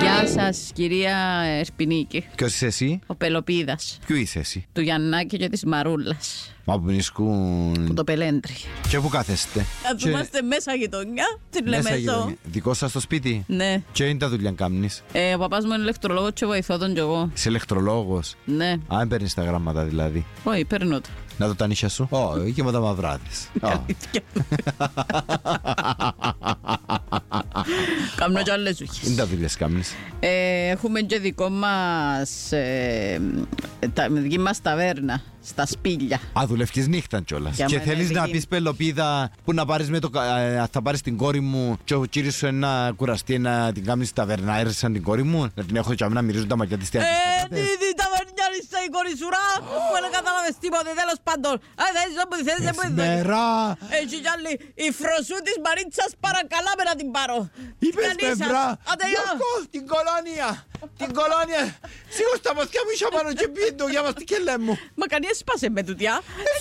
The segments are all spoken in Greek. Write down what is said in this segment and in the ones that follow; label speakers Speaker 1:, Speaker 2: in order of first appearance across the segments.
Speaker 1: Γεια σας, κυρία Ερπινίκη.
Speaker 2: Ποιος είσαι εσύ,
Speaker 1: Ο Πελοπίδας
Speaker 2: ποιο είσαι εσύ.
Speaker 1: του Γιαννάκη και τη Μαρούλας
Speaker 2: Μα που
Speaker 1: που
Speaker 2: μηνισκούν.
Speaker 1: το πελέντρι.
Speaker 2: Και πού κάθεστε.
Speaker 1: Θα του
Speaker 2: Και-
Speaker 1: είμαστε μέσα γειτονιά, την
Speaker 2: Μέσα
Speaker 1: Λεμεσό.
Speaker 2: γειτονιά. Δικό σας το σπίτι.
Speaker 1: Ναι.
Speaker 2: Και είναι τα δουλειά κάμνη.
Speaker 1: Ε, ο παπάς μου είναι ηλεκτρολόγος και βοηθώ τον κι εγώ.
Speaker 2: Είσαι ηλεκτρολόγος.
Speaker 1: Ναι.
Speaker 2: Αν παίρνεις τα γράμματα δηλαδή.
Speaker 1: Όχι, παίρνω το.
Speaker 2: Να το τα νύχια σου. Ω, γεμάτα μαυράδε.
Speaker 1: Αλήθεια. Κάμνω κι άλλες δουλειές.
Speaker 2: Είναι τα δουλειά κάμνη.
Speaker 1: Ε, έχουμε και δικό μας, ε, τα, δική μας ταβέρνα, στα σπήλια.
Speaker 2: Α, δουλεύει νύχτα κιόλας.
Speaker 1: Για
Speaker 2: Και
Speaker 1: μένα
Speaker 2: θέλεις
Speaker 1: είναι
Speaker 2: να
Speaker 1: δική
Speaker 2: πεις πελοπίδα που να πάρεις με το. κα- ε, Θα πάρεις την κόρη μου και ο κύριος σου ένα κουραστεί να την κάνεις στα βερνάιρ σαν την κόρη μου. Να την έχω κι αμένα να μυρίζουν τα μαγιά της.
Speaker 1: Ε, τι τι ταβερνιάρισα η κορισουρά που δεν κατάλαβες τίποτε, τέλος πάντων. Α, δεν είσαι όπου θέλεις, δεν μπορείς.
Speaker 2: Μερά!
Speaker 1: Έχει κι άλλη, η φροσού της Μαρίτσας παρακαλάμε να την πάρω.
Speaker 2: Είπες
Speaker 1: Κανείς
Speaker 2: με
Speaker 1: σας.
Speaker 2: βρά,
Speaker 1: Άντε, γεια.
Speaker 2: Γιώργος, την κολόνια, την κολόνια. Σίγουρα στα μαθιά μου είσαι πάνω και πίντο για μας τι και λέμε.
Speaker 1: Μα κανείς σπάσε με τούτια.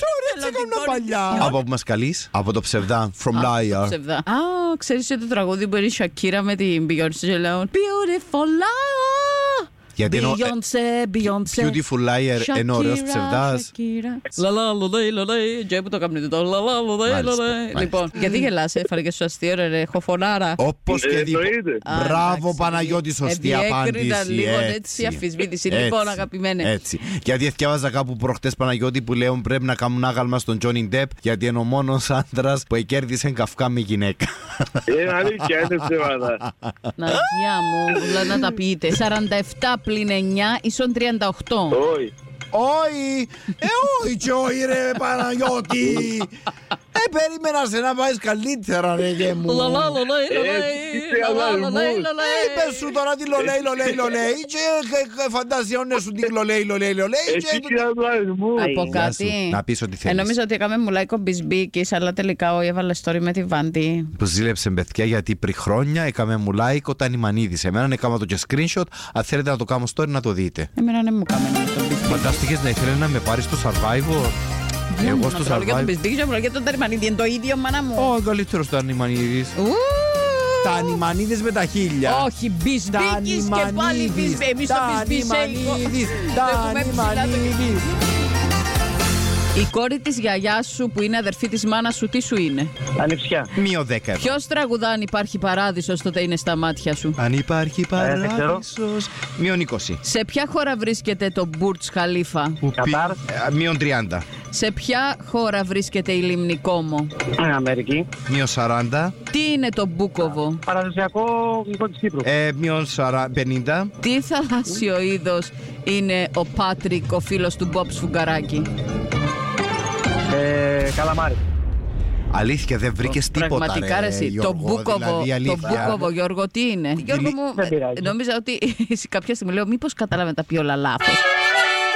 Speaker 2: Σωρί,
Speaker 1: Θέλω
Speaker 2: έτσι
Speaker 1: την
Speaker 2: κάνω
Speaker 1: κόρη
Speaker 2: παλιά.
Speaker 1: της.
Speaker 2: Από που μας καλείς, από το ψευδά, from
Speaker 1: Α,
Speaker 2: liar.
Speaker 1: ψευδά. Α, ξέρεις και το τραγούδι που είναι η Σακύρα με την Beyoncé και λέω Beautiful liar
Speaker 2: Γιατί εννοώ, ε,
Speaker 1: Beyoncé, Beyoncé
Speaker 2: Beautiful liar, ενώ ωραίος ψευδάς.
Speaker 1: Λαλά, λαλέι, λαλέι. Και που το κάμνετε το. Λαλά, λαλέι,
Speaker 2: Μάλιστα,
Speaker 1: λαλέι.
Speaker 2: μάλιστα.
Speaker 1: Λοιπόν, γιατί γελάς, έφαρε και σου αστείο, ρε, ρε, χοφωνάρα.
Speaker 2: Όπως και δίπο.
Speaker 3: Εννοείται.
Speaker 1: Α,
Speaker 2: Μπράβο
Speaker 1: εντάξει.
Speaker 2: Παναγιώτη, σωστή
Speaker 1: Ενδιέκριτα
Speaker 2: απάντηση.
Speaker 1: λίγο, έτσι, η αφισβήτηση. Λοιπόν, αγαπημένε.
Speaker 2: Έτσι. Γιατί διάβαζα κάπου προχτές Παναγιώτη που λέω πρέπει να κάνουν άγαλμα στον Τζόνι Ντεπ γιατί είναι ο μόνος άντρα που κέρδισε καυκά με γυναίκα.
Speaker 3: Είναι αλήθεια, είναι ψέματα.
Speaker 1: Να γεια μου, όλα να τα πείτε. 47 πλην 9 ίσον 38.
Speaker 3: Όχι.
Speaker 2: Όχι! Ε, όχι και όχι ρε Παναγιώτη! Ε, περίμενας σε να πάεις καλύτερα ρε γε μου.
Speaker 1: Λαλά, λαλέι, λαλέι.
Speaker 3: Ε, τι
Speaker 1: Λαλά,
Speaker 3: τρελαδισμός.
Speaker 1: λαλέι,
Speaker 2: Ε,
Speaker 1: λαλέι.
Speaker 2: Είπες σου τώρα τη λολέι λολέι λολέι και ε, ε, φαντασιώνες σου τη λολέι λολέι λολέι
Speaker 3: Εσύ
Speaker 2: και... ε,
Speaker 3: κυρία του αριθμού.
Speaker 1: Από
Speaker 2: Γεια
Speaker 1: κάτι.
Speaker 2: σου. Να πεις ό,τι θέλεις.
Speaker 1: Ε, Νόμιζα ότι έκαμε μουλάικο μπισμπίκης, αλλά τελικά όχι, έβαλε story με τη Βάντη.
Speaker 2: που ζήλεψε παιδιά γιατί πριν χρόνια έκαμε μου like όταν η είδησε. Εμένα έκανα το και screenshot. Αν θέλετε να το κάνω story να το δείτε.
Speaker 1: Εμένα δεν μου κάμενε με τον μπισμπίκη.
Speaker 2: Φαντάστηκες να ήθελε να με πάρει στο survivor. Εγώ στο
Speaker 1: Μιλάω για τον
Speaker 2: survivor.
Speaker 1: μπισμπίκη, Ναι, και μιλάω για τον τερμανίδι. Είναι το ίδιο, μάνα μου.
Speaker 2: Ω, καλύτερο το ανημανίδη.
Speaker 1: Ου!
Speaker 2: Τα ανημανίδη με τα χίλια.
Speaker 1: Όχι, μπισμπίκης και πάλι μπισμπίκης. Εμείς το μπισμπίσελικο. ε, λοιπόν, Έχουμε ψηλά το
Speaker 2: Τανιμανίδης.
Speaker 1: Η κόρη της γιαγιάς σου που είναι αδερφή της μάνας σου, τι σου είναι.
Speaker 4: Ανιψιά.
Speaker 2: Μείω 10 ευρώ.
Speaker 1: Ποιος τραγουδά αν υπάρχει παράδεισος τότε είναι στα μάτια σου.
Speaker 2: Αν υπάρχει
Speaker 4: Ε, δεν ξέρω.
Speaker 2: παράδεισος Μείον 20
Speaker 1: Σε ποια χώρα βρίσκεται το Μπουρτς Χαλίφα.
Speaker 2: Που πει-
Speaker 4: Κατάρ.
Speaker 2: Ε, Μείον 30
Speaker 1: Σε ποια χώρα βρίσκεται η λίμνη Κόμο.
Speaker 4: Αμερική.
Speaker 2: Μείον 40
Speaker 1: Τι είναι το Μπούκοβο.
Speaker 4: Παραδοσιακό γλυκό της Κύπρου.
Speaker 2: ε, Μείον 40, 50
Speaker 1: Τι θαλάσσιο είδος είναι ο Πάτρικ, ο φίλος του Μπομπ Σφουγγαράκη.
Speaker 4: Ε, καλαμάρι.
Speaker 2: Αλήθεια, δεν βρήκες τίποτα.
Speaker 1: Πραγματικά ρε, εσύ. Το
Speaker 2: Γιώργο,
Speaker 1: Μπούκοβο,
Speaker 2: δηλαδή,
Speaker 1: το
Speaker 2: αλήθεια.
Speaker 1: Μπούκοβο, Γιώργο, τι είναι. Γιώργο μου,
Speaker 4: Δεν
Speaker 1: ε,
Speaker 4: πειράζει.
Speaker 1: νόμιζα ότι εσύ κάποια στιγμή λέω μήπως κατάλαβε τα πει όλα λάθος.